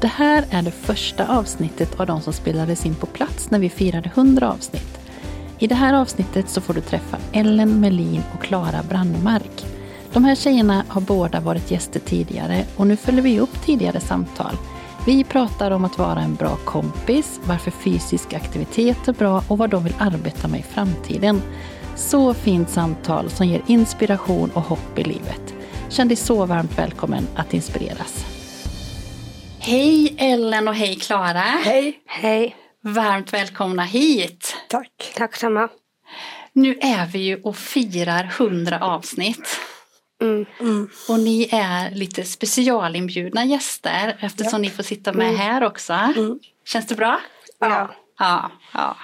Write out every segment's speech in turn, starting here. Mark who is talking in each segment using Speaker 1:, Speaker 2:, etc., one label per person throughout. Speaker 1: Det här är det första avsnittet av de som spelades in på plats när vi firade 100 avsnitt. I det här avsnittet så får du träffa Ellen Melin och Klara Brandmark. De här tjejerna har båda varit gäster tidigare och nu följer vi upp tidigare samtal. Vi pratar om att vara en bra kompis, varför fysisk aktivitet är bra och vad de vill arbeta med i framtiden. Så fint samtal som ger inspiration och hopp i livet. Känn dig så varmt välkommen att inspireras. Hej Ellen och hej Klara.
Speaker 2: Hej!
Speaker 3: Hej.
Speaker 1: Varmt välkomna hit.
Speaker 2: Tack!
Speaker 3: Tack samma.
Speaker 1: Nu är vi ju och firar 100 avsnitt.
Speaker 3: Mm.
Speaker 1: Och ni är lite specialinbjudna gäster eftersom ni får sitta med här också. Känns det bra?
Speaker 3: Ja.
Speaker 1: Ja, ja.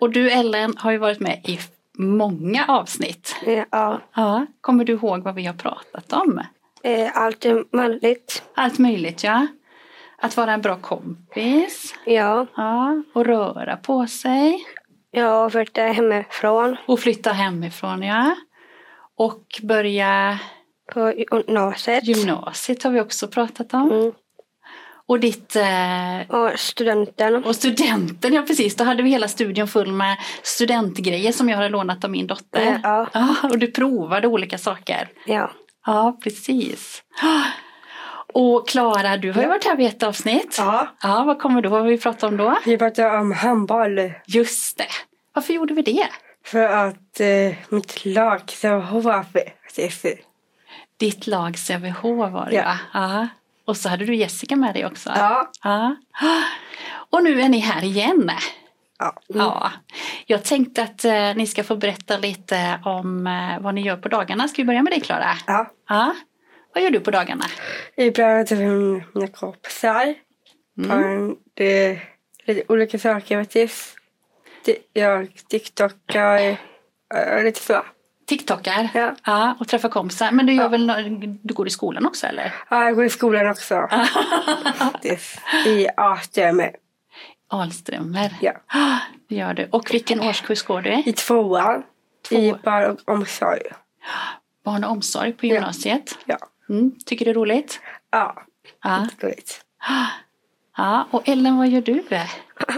Speaker 1: Och du Ellen har ju varit med i många avsnitt.
Speaker 3: Ja. ja.
Speaker 1: Ja, kommer du ihåg vad vi har pratat om?
Speaker 3: Eh, Allt är möjligt.
Speaker 1: Allt möjligt ja. Att vara en bra kompis.
Speaker 3: Ja.
Speaker 1: Ja, och röra på sig.
Speaker 3: Jag flyttade hemifrån
Speaker 1: Och flytta hemifrån ja. Och börja
Speaker 3: på gymnasiet.
Speaker 1: gymnasiet har vi också pratat om.
Speaker 3: Mm.
Speaker 1: Och ditt eh,
Speaker 3: Och studenten.
Speaker 1: Och studenten, ja precis. Då hade vi hela studion full med studentgrejer som jag hade lånat av min
Speaker 2: Eh,
Speaker 1: dotter.
Speaker 3: Ja.
Speaker 1: Ja, och du provade olika saker.
Speaker 3: Ja.
Speaker 1: Ja, precis. Och Klara, du har ju varit här vid ett avsnitt.
Speaker 2: Ja,
Speaker 1: Ja, vad kommer du ihåg vad vi pratade om då?
Speaker 2: vi pratade om handboll
Speaker 1: Just det. Varför gjorde vi det?
Speaker 2: för att eh, mitt lag Sävehof
Speaker 1: Ditt lag CVH var det
Speaker 2: Ja.
Speaker 1: ja. ja. Och så hade du Jessica med dig också.
Speaker 2: Ja.
Speaker 1: ja. Och nu är ni här
Speaker 2: Mm.
Speaker 1: igen.
Speaker 2: ja.
Speaker 1: Ja, jag tänkte att eh, ni ska få berätta lite om eh, vad ni gör på dagarna. Ska vi börja med dig Klara?
Speaker 2: ja.
Speaker 1: Ja. Vad gör du på dagarna?
Speaker 2: Vi pratade med mina kompisar Mm. om eh, lite olika saker faktiskt. Ti- Jag tiktokar eh, och lite så.
Speaker 1: TikTokar?
Speaker 2: Ja.
Speaker 1: ja. Och träffa kompisar. Men du, gör väl, nå- du går i skolan också eller?
Speaker 2: Ja, jag går i skolan också faktiskt. I Atrium med.
Speaker 1: Alströmer.
Speaker 2: Ja.
Speaker 1: Ah, Det gör du. Och vilken årskurs går du i?
Speaker 2: I tvåan. I
Speaker 1: Två.
Speaker 2: barn och omsorg.
Speaker 1: Barn och omsorg på gymnasiet.
Speaker 2: Ja.
Speaker 1: Mm. Tycker du det är roligt?
Speaker 2: Ja,
Speaker 1: Ja.
Speaker 2: roligt.
Speaker 1: ja. Och Ellen, vad gör du?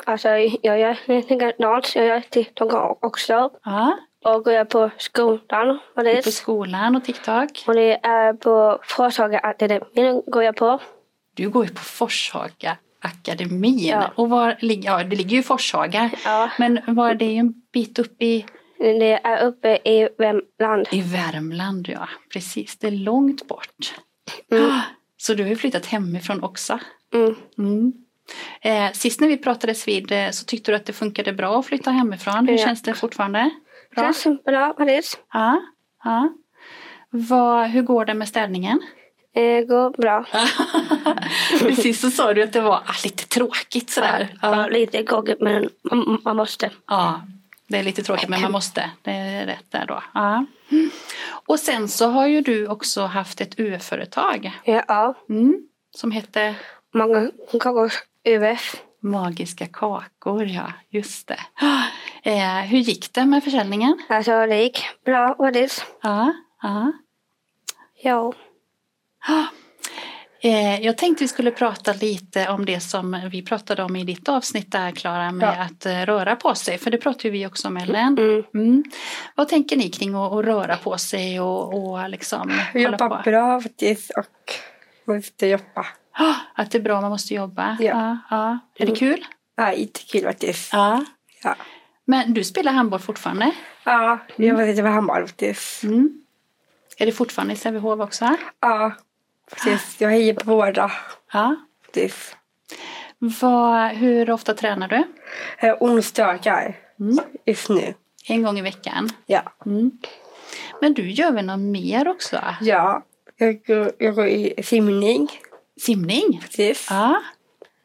Speaker 3: Alltså jag gör likadant. Jag gör TikTok också.
Speaker 1: Ja.
Speaker 3: Och jag är på skolan. Och
Speaker 1: Du är på
Speaker 3: det,
Speaker 1: skolan och TikTok.
Speaker 3: och det är på Företagarakademin går jag på.
Speaker 1: Du går ju på Forshaga akademin.
Speaker 3: Ja.
Speaker 1: Och var, lig- ja, det ligger ju i Forshaga.
Speaker 3: Ja.
Speaker 1: Men var det är ju en bit upp i,
Speaker 3: Det är uppe i Värmland.
Speaker 1: i Värmland. Ja. Precis, det är långt bort. Ah, Så du har ju flyttat hemifrån också.
Speaker 3: Mm.
Speaker 1: Mm. Eh, sist när vi pratades vid eh, så tyckte du att det funkade bra att flytta hemifrån. Hur
Speaker 3: Ja.
Speaker 1: känns det fortfarande? Bra?
Speaker 3: Känns bra på det.
Speaker 1: Ja. ja. Vad- hur går det med städningen?
Speaker 3: Det går bra.
Speaker 1: Precis så sa du att det var ah, lite tråkigt sådär. Ja.
Speaker 3: Ja, Lite goggigt men man- man måste.
Speaker 1: Ja, det är lite tråkigt men man måste. Det är rätt där då. Ja. Och sen så har ju du också haft ett UF-företag
Speaker 3: Ja.
Speaker 1: mm. som hette
Speaker 3: Många kakor UF.
Speaker 1: Magiska kakor. Ja, just det. Eh, hur gick det med försäljningen?
Speaker 3: Alltså det gick bra och det.
Speaker 1: Ja, ja.
Speaker 3: Ja.
Speaker 1: Eh, jag tänkte vi skulle prata lite om det som vi pratade om i ditt avsnitt där Klara med
Speaker 2: Ja.
Speaker 1: att eh, röra på sig. För det pratade ju vi också om Ellen.
Speaker 3: Mm.
Speaker 1: Mm. Vad tänker ni kring att, att röra på sig och, och liksom
Speaker 2: Vi
Speaker 1: hålla
Speaker 2: jobbar bra faktiskt och måste jobba.
Speaker 1: Ah, Att det är bra, man måste jobba.
Speaker 2: Ja.
Speaker 1: Ja, ja. Är det kul?
Speaker 2: Ja, jättekul faktiskt.
Speaker 1: Ja.
Speaker 2: Ja.
Speaker 1: Men du spelar handboll fortfarande?
Speaker 2: Ja, vi jobbar lite med handboll faktiskt.
Speaker 1: Mm. Är det fortfarande i Sävehof också?
Speaker 2: Ja, precis. Jag hejar på båda
Speaker 1: Ja.
Speaker 2: faktiskt.
Speaker 1: Vad, hur ofta tränar du?
Speaker 2: Eh, Onsdagar
Speaker 1: Mm.
Speaker 2: just nu.
Speaker 1: En gång i veckan. Mm.
Speaker 2: Ja.
Speaker 1: Men du gör väl något mer också?
Speaker 2: ja. Jag, går, jag går i simning
Speaker 1: Simning?
Speaker 2: precis.
Speaker 1: Ja.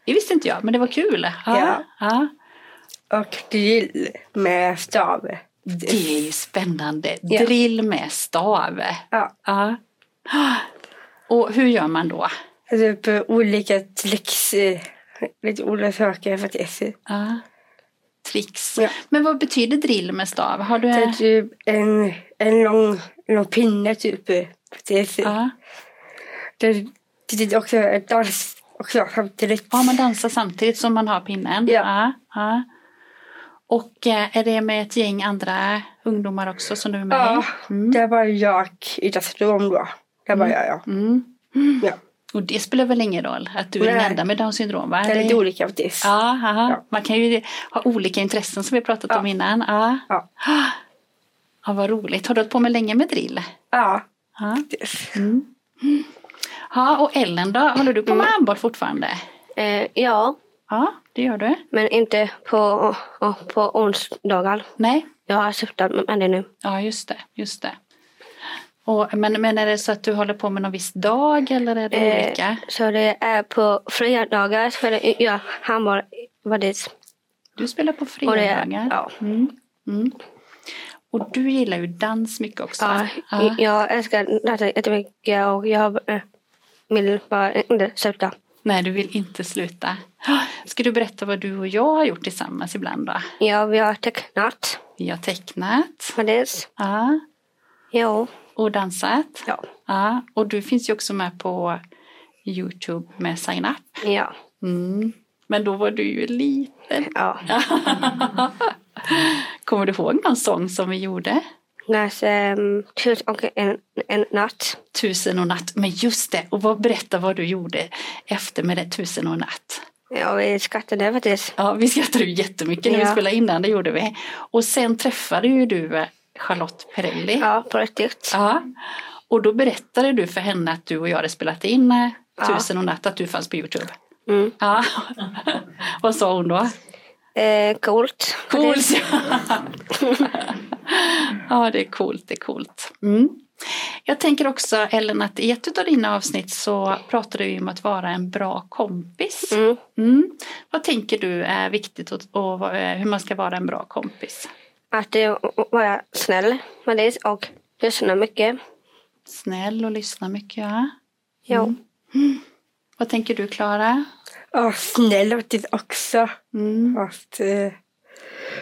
Speaker 1: Det visste inte jag, men det var kul.
Speaker 2: Ja.
Speaker 1: ja.
Speaker 2: Och drill med stav.
Speaker 1: Det är ju spännande.
Speaker 2: Ja.
Speaker 1: Drill med stav.
Speaker 2: Ja.
Speaker 1: Ja. Och hur gör man då?
Speaker 2: Typ olika tricks. eh, Lite olika saker faktiskt.
Speaker 1: Ja. Tricks.
Speaker 2: Ja.
Speaker 1: Men vad betyder drill med stav? Har du...
Speaker 2: Det är typ en, en lång, lång pinne typ. eh, Faktiskt.
Speaker 1: Ja.
Speaker 2: Det, det är också en dans också samtidigt.
Speaker 1: ja, man dansar samtidigt som man har pinnen.
Speaker 2: Ja.
Speaker 1: Ja. ja. Och eh, är det med ett gäng andra ungdomar också som du är med
Speaker 2: Ja,
Speaker 1: i? Mm.
Speaker 2: det var jag i dansatorum då. Det var jag, ja.
Speaker 1: Mm.
Speaker 2: ja.
Speaker 1: Och det spelar väl ingen roll att du är den
Speaker 2: Nej.
Speaker 1: enda med Downs syndrom? Va?
Speaker 2: Det är lite olika faktiskt.
Speaker 1: Ja, aha.
Speaker 2: Ja.
Speaker 1: man kan ju ha olika intressen som vi pratat om innan. Ja.
Speaker 2: Ja.
Speaker 1: ja, vad roligt. Har du hållit på med länge med drill?
Speaker 2: Ja,
Speaker 1: Ja.
Speaker 2: faktiskt.
Speaker 1: Mm. ja, och Ellen då? Håller du på med handboll fortfarande?
Speaker 3: Eh, Mm. ja,
Speaker 1: Ja, det gör du.
Speaker 3: men inte på, ja, på onsdagar.
Speaker 1: Nej,
Speaker 3: Jag har slutat med det nu.
Speaker 1: ja just det. Just det. Och, men, men är det så att du håller på med någon viss dag eller är det
Speaker 3: Eh,
Speaker 1: olika?
Speaker 3: Så det är på fredagar för det gör handboll faktiskt.
Speaker 1: Du spelar på
Speaker 3: Och det är,
Speaker 1: fredagar.
Speaker 3: ja.
Speaker 1: Mm. Mm. Och du gillar ju dans mycket också.
Speaker 3: Ja,
Speaker 1: Ja.
Speaker 3: Jag älskar detta jättemycket och jag eh, vill bara inte sluta.
Speaker 1: Nej, du vill inte sluta. Ska du berätta vad du och jag har gjort tillsammans ibland då?
Speaker 3: Ja, vi har tecknat
Speaker 1: Vi har tecknat
Speaker 3: faktiskt.
Speaker 1: ja,
Speaker 3: Ja,
Speaker 1: och dansat.
Speaker 3: ja,
Speaker 1: Ja, och du finns ju också med på Youtube med Sign Up.
Speaker 3: ja,
Speaker 1: Mm. Men då var du ju liten.
Speaker 3: ja.
Speaker 1: Kommer du ihåg någon sång som vi gjorde?
Speaker 3: Kanske um, tusen och en, en natt.
Speaker 1: Tusen och natt. Men just det, och vad, berätta vad du gjorde efter med det Tusen och natt.
Speaker 3: Ja, vi skrattade faktiskt.
Speaker 1: Ja, vi skrattade ju jättemycket när vi
Speaker 3: Ja.
Speaker 1: spelade in den, det gjorde vi. Och sen träffade ju du eh, Charlotte Perrelli.
Speaker 3: Ja, på riktigt.
Speaker 1: Ja. Och då berättade du för henne att du och jag hade spelat in eh,
Speaker 3: Ja.
Speaker 1: Tusen och natt, att du fanns på Youtube.
Speaker 3: Mm.
Speaker 1: Ja. Vad sa hon då?
Speaker 3: Eh, coolt.
Speaker 1: Coolt! ja, det är coolt, det är coolt. Mm. Jag tänker också Ellen att i ett av dina avsnitt så pratar du ju om att vara en bra kompis.
Speaker 3: Mm.
Speaker 1: Mm. Vad tänker du är viktigt och, och eh, hur man ska vara en bra kompis?
Speaker 3: Att det vara snäll med det och lyssna mycket.
Speaker 1: Snäll och lyssna mycket, ja. Mm.
Speaker 3: Ja.
Speaker 1: Vad tänker du Klara?
Speaker 2: Och snäll faktiskt också.
Speaker 1: Mm.
Speaker 2: Fast eh,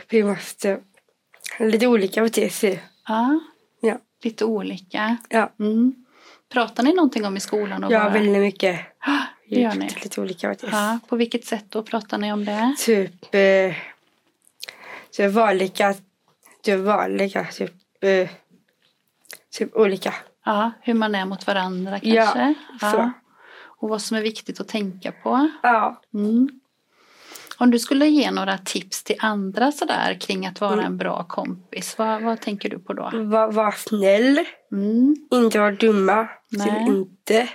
Speaker 2: vi måste... Lite olika faktiskt.
Speaker 1: Ja,
Speaker 2: Ja.
Speaker 1: lite olika.
Speaker 2: ja.
Speaker 1: Mm. Pratar ni någonting om i skolan? Och
Speaker 2: Ja,
Speaker 1: bara-
Speaker 2: väldigt mycket.
Speaker 1: Ah, Det gör ni?
Speaker 2: Lite olika faktiskt.
Speaker 1: Ja, på vilket sätt då pratar ni om det?
Speaker 2: Typ... Eh, det är vanliga... Det är vanliga, typ... Eh, typ olika.
Speaker 1: Ja, hur man är mot varandra kanske?
Speaker 2: Ja, så.
Speaker 1: Och vad som är viktigt att tänka på?
Speaker 2: Ja.
Speaker 1: Mm. Om du skulle ge några tips till andra sådär kring att vara en bra kompis, vad, vad tänker du på då?
Speaker 2: Var, var snäll.
Speaker 1: Mm.
Speaker 2: Inte vara dumma.
Speaker 1: Nej.
Speaker 2: Typ inte.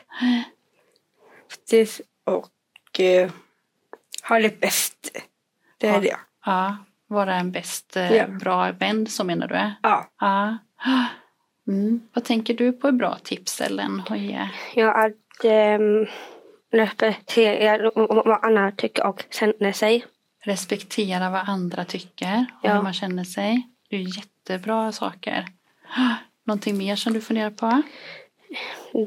Speaker 2: Precis. Och eh, ha det bäst. Det är
Speaker 1: Ja.
Speaker 2: det.
Speaker 1: Ja, vara en bäst eh,
Speaker 2: Ja.
Speaker 1: bra vän, så menar du?
Speaker 2: Ja.
Speaker 1: Ja. Mm. Vad tänker du på är bra tips Ellen? att ge?
Speaker 3: Ja, att um, repetera vad andra tycker och känner sig.
Speaker 1: Respektera vad andra tycker och
Speaker 3: Ja.
Speaker 1: hur man känner sig. Det är jättebra saker. Någonting mer som du funderar på?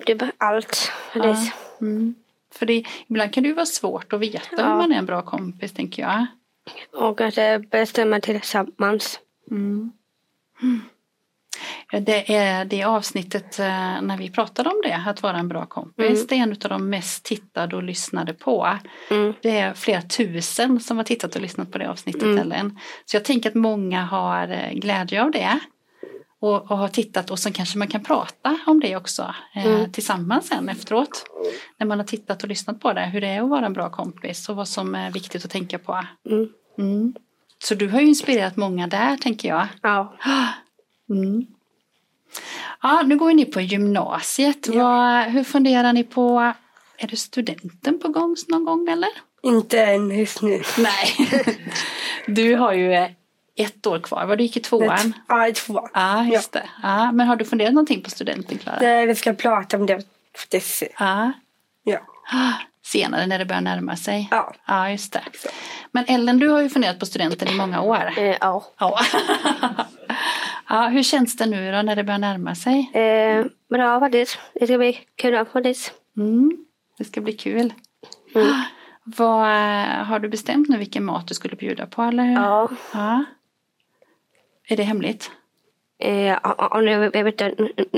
Speaker 3: Det var allt.
Speaker 1: Ja.
Speaker 3: Ja.
Speaker 1: Mm. För det, ibland kan det ju vara svårt att veta hur
Speaker 3: Ja.
Speaker 1: man är en bra kompis, tänker jag.
Speaker 3: Och kanske bestämma tillsammans.
Speaker 1: Mm. Mm. Det är det avsnittet eh, när vi pratade om det, att vara en bra kompis.
Speaker 3: Mm.
Speaker 1: Det är en av de mest tittade och lyssnade på.
Speaker 3: Mm.
Speaker 1: Det är flera tusen som har tittat och lyssnat på det avsnittet,
Speaker 3: Mm.
Speaker 1: Ellen. Så jag tänker att många har eh, glädje av det. Och, och har tittat och sen kanske man kan prata om det också eh,
Speaker 3: Mm.
Speaker 1: tillsammans sen efteråt. När man har tittat och lyssnat på det, hur det är att vara en bra kompis och vad som är viktigt att tänka på.
Speaker 3: Mm.
Speaker 1: Mm. Så du har ju inspirerat många där, tänker jag.
Speaker 3: Ja.
Speaker 1: Mm. Ja, nu går ju ni på gymnasiet. Vad, hur funderar ni på, är det studenten på gång någon gång eller?
Speaker 2: Inte än just nu.
Speaker 1: Nej. Du har ju eh, ett år kvar, vad du gick i tvåan.
Speaker 2: Ja, i tvåan.
Speaker 1: Ja, just det. Ja, men har du funderat någonting på studenten, Klara?
Speaker 2: Nej, vi ska prata om det. faktiskt.
Speaker 1: Ja.
Speaker 2: Ja.
Speaker 1: Ah, Senare när det börjar närma sig.
Speaker 2: Ja.
Speaker 1: Ja, just det. Men Ellen, du har ju funderat på studenten i många år.
Speaker 3: Eh, ja.
Speaker 1: Ja. ja, hur känns det nu då när det börjar närma sig?
Speaker 3: Eh, bra faktiskt. Det ska bli kul faktiskt.
Speaker 1: Mm, det ska bli kul.
Speaker 3: Mm.
Speaker 1: Ah, Vad, eh, har du bestämt nu vilken mat du skulle bjuda på eller hur?
Speaker 3: Ja.
Speaker 1: Ja. Är det hemligt?
Speaker 3: Eh, o- o- om du vet inte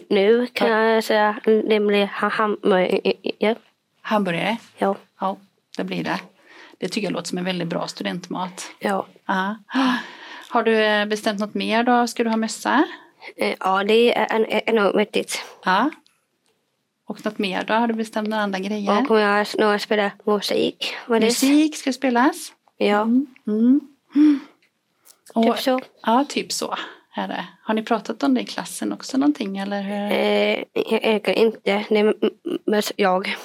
Speaker 3: nu kan jag säga det blir ha- hamburgare.
Speaker 1: Hamburgare?
Speaker 3: Ja.
Speaker 1: Ja, det blir det. Det tycker jag låter som en väldigt bra studentmat.
Speaker 3: Ja.
Speaker 1: Ja. Ah. Har du eh, bestämt något mer då? Ska du ha mössa?
Speaker 3: Eh, ja, det är en- en- enormt viktigt.
Speaker 1: Ja. Och något mer då? Har du bestämt några andra grejer?
Speaker 3: Och kommer jag snart spela musik. Vad det?
Speaker 1: Musik ska spelas.
Speaker 3: Ja,
Speaker 1: Mm. Och,
Speaker 3: typ så.
Speaker 1: Ja, typ så. Är det. Har ni pratat om det i klassen också någonting? Eller hur?
Speaker 3: Eh, jag älskar inte det är m- mest jag.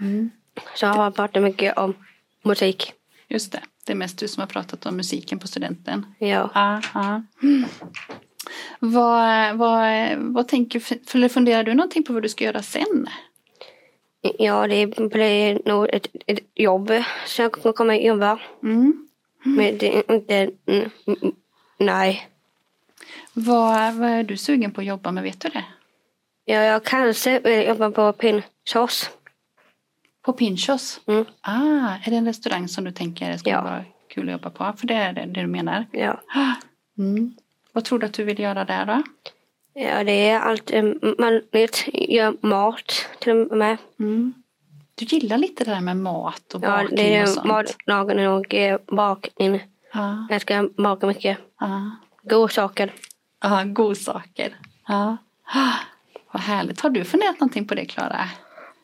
Speaker 1: Mm.
Speaker 3: Så jag har pratat mycket om musik.
Speaker 1: Just det, det är mest du som har pratat om musiken på studenten.
Speaker 3: Ja.
Speaker 1: Ja, ja. Vad, vad, vad tänker, eller funderar du någonting på vad du ska göra sen?
Speaker 3: ja, det blir nog ett, ett jobb. Så jag kommer- kommer jobba.
Speaker 1: Mm.
Speaker 3: Men det är inte... mm, mm, Nej.
Speaker 1: Vad, vad är du sugen på att jobba med, vet du det?
Speaker 3: Ja, jag kanske vill jobba på Pinchos.
Speaker 1: På Pinchos?
Speaker 3: Mm.
Speaker 1: Ah, är det en restaurang som du tänker skulle
Speaker 3: Ja.
Speaker 1: vara kul att jobba på? För det är det, det du menar?
Speaker 3: Ja.
Speaker 1: Ah. Mm. Vad tror du att du vill göra där då?
Speaker 3: ja, det är allt mm, manligt. Gör mat till och med.
Speaker 1: Mm. Du gillar lite det där med mat och
Speaker 3: Ja,
Speaker 1: bakning och
Speaker 3: det är
Speaker 1: sånt?
Speaker 3: matlagning och eh, bakning.
Speaker 1: Ja,
Speaker 3: Jag ska baka mycket
Speaker 1: ja.
Speaker 3: goda saker.
Speaker 1: ja godsaker. Ja. Ah. Vad härligt. Har du funderat någonting på det, Klara?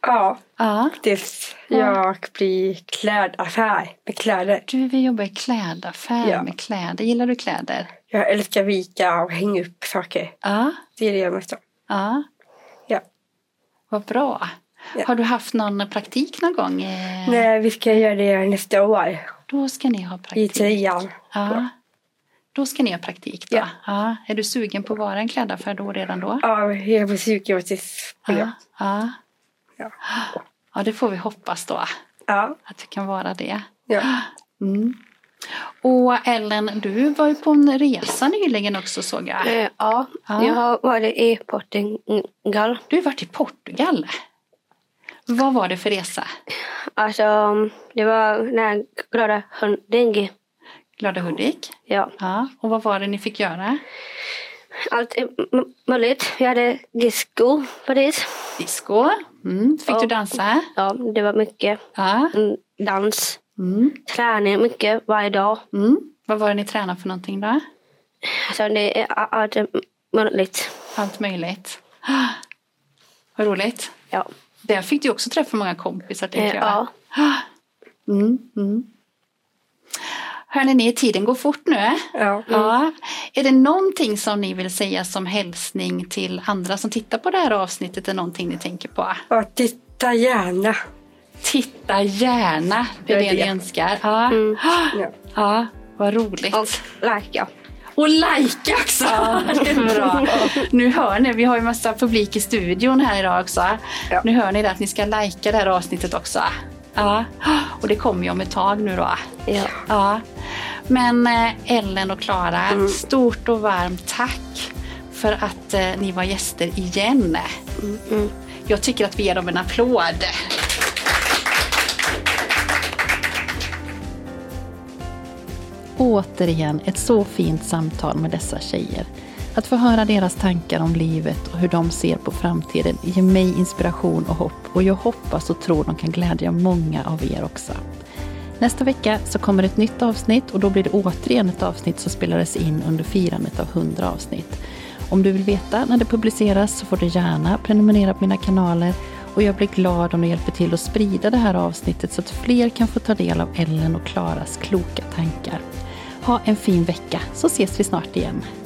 Speaker 2: Ja,
Speaker 1: Ja.
Speaker 2: faktiskt.
Speaker 1: Ja.
Speaker 2: Jag blir klädaffär med kläder.
Speaker 1: Du vill jobba i klädaffär
Speaker 2: Ja.
Speaker 1: med kläder. Gillar du kläder?
Speaker 2: Jag älskar vika och hänga upp saker.
Speaker 1: Ja.
Speaker 2: Det är det jag mest om.
Speaker 1: ja.
Speaker 2: Ja.
Speaker 1: Vad bra.
Speaker 2: Ja.
Speaker 1: Har du haft någon praktik någon gång? Eh,
Speaker 2: Nej, vi ska göra det nästa år
Speaker 1: Då ska ni ha praktik.
Speaker 2: i trean.
Speaker 1: Ja. Då ska ni ha praktik då.
Speaker 2: Ja.
Speaker 1: Ja. Är du sugen på att vara en klädaffär då redan då?
Speaker 2: Ja, jag blir sugen faktiskt på
Speaker 1: Ja.
Speaker 2: det.
Speaker 1: Ja.
Speaker 2: Ja.
Speaker 1: ja, det får vi hoppas då.
Speaker 2: Ja,
Speaker 1: Att det kan vara det.
Speaker 2: ja.
Speaker 1: Mm. Och Ellen, du var ju på en resa nyligen också såg jag.
Speaker 3: Eh, Ja,
Speaker 1: Ja.
Speaker 3: jag har varit i Portugal.
Speaker 1: Du har varit i Portugal. Vad var det för resa?
Speaker 3: Alltså, det var den här glada hunden.
Speaker 1: Glada Hudik?
Speaker 3: Ja,
Speaker 1: Ja, och vad var det ni fick göra?
Speaker 3: allt är m- möjligt. Vi hade disco på det.
Speaker 1: Disco? Mm. Fick
Speaker 3: Ja.
Speaker 1: du dansa?
Speaker 3: Ja, det var mycket
Speaker 1: Ja.
Speaker 3: mm, dans,
Speaker 1: Mm.
Speaker 3: träning, mycket varje dag.
Speaker 1: Mm. Vad var det ni tränade för någonting då?
Speaker 3: Alltså, det är a- allt är möjligt.
Speaker 1: Allt möjligt. Ah, Vad roligt.
Speaker 3: Ja,
Speaker 1: Där fick du också träffa många kompisar
Speaker 3: eh,
Speaker 1: tänker jag.
Speaker 3: ja.
Speaker 1: Mm, mm. Hörni, ni, tiden går fort nu.
Speaker 3: Mm.
Speaker 1: eh?
Speaker 2: ja.
Speaker 1: Ja. Är det någonting som ni vill säga som hälsning till andra som tittar på det här avsnittet? Är någonting ni tänker på?
Speaker 2: ja titta gärna.
Speaker 1: Titta gärna, det är
Speaker 2: Det
Speaker 1: det
Speaker 2: är
Speaker 1: ni
Speaker 2: det.
Speaker 1: önskar. Ja.
Speaker 3: Mm.
Speaker 1: Ah,
Speaker 2: Ja.
Speaker 1: ja, vad roligt.
Speaker 3: och lajka.
Speaker 1: Och likea också! Det är bra. Nu hör ni, vi har ju massa publik i studion här idag också.
Speaker 2: Ja.
Speaker 1: Nu hör ni det att ni ska likea det här avsnittet också. Ja. Och det kommer ju om ett tag nu då.
Speaker 3: Ja.
Speaker 1: Ja. Men eh, Ellen och Klara, stort och varmt tack för att eh, ni var gäster igen.
Speaker 3: mm.
Speaker 1: Jag tycker att vi ger dem en applåd.
Speaker 4: Återigen ett så fint samtal med dessa tjejer. Att få höra deras tankar om livet och hur de ser på framtiden ger mig inspiration och hopp och jag hoppas och tror de kan glädja många av er också. Nästa vecka så kommer ett nytt avsnitt och då blir det återigen ett avsnitt som spelades in under firandet av 100 avsnitt. Om du vill veta när det publiceras så får du gärna prenumerera på mina kanaler och jag blir glad om du hjälper till att sprida det här avsnittet så att fler kan få ta del av Ellen och Klaras kloka tankar. Ha en fin vecka så ses vi snart igen.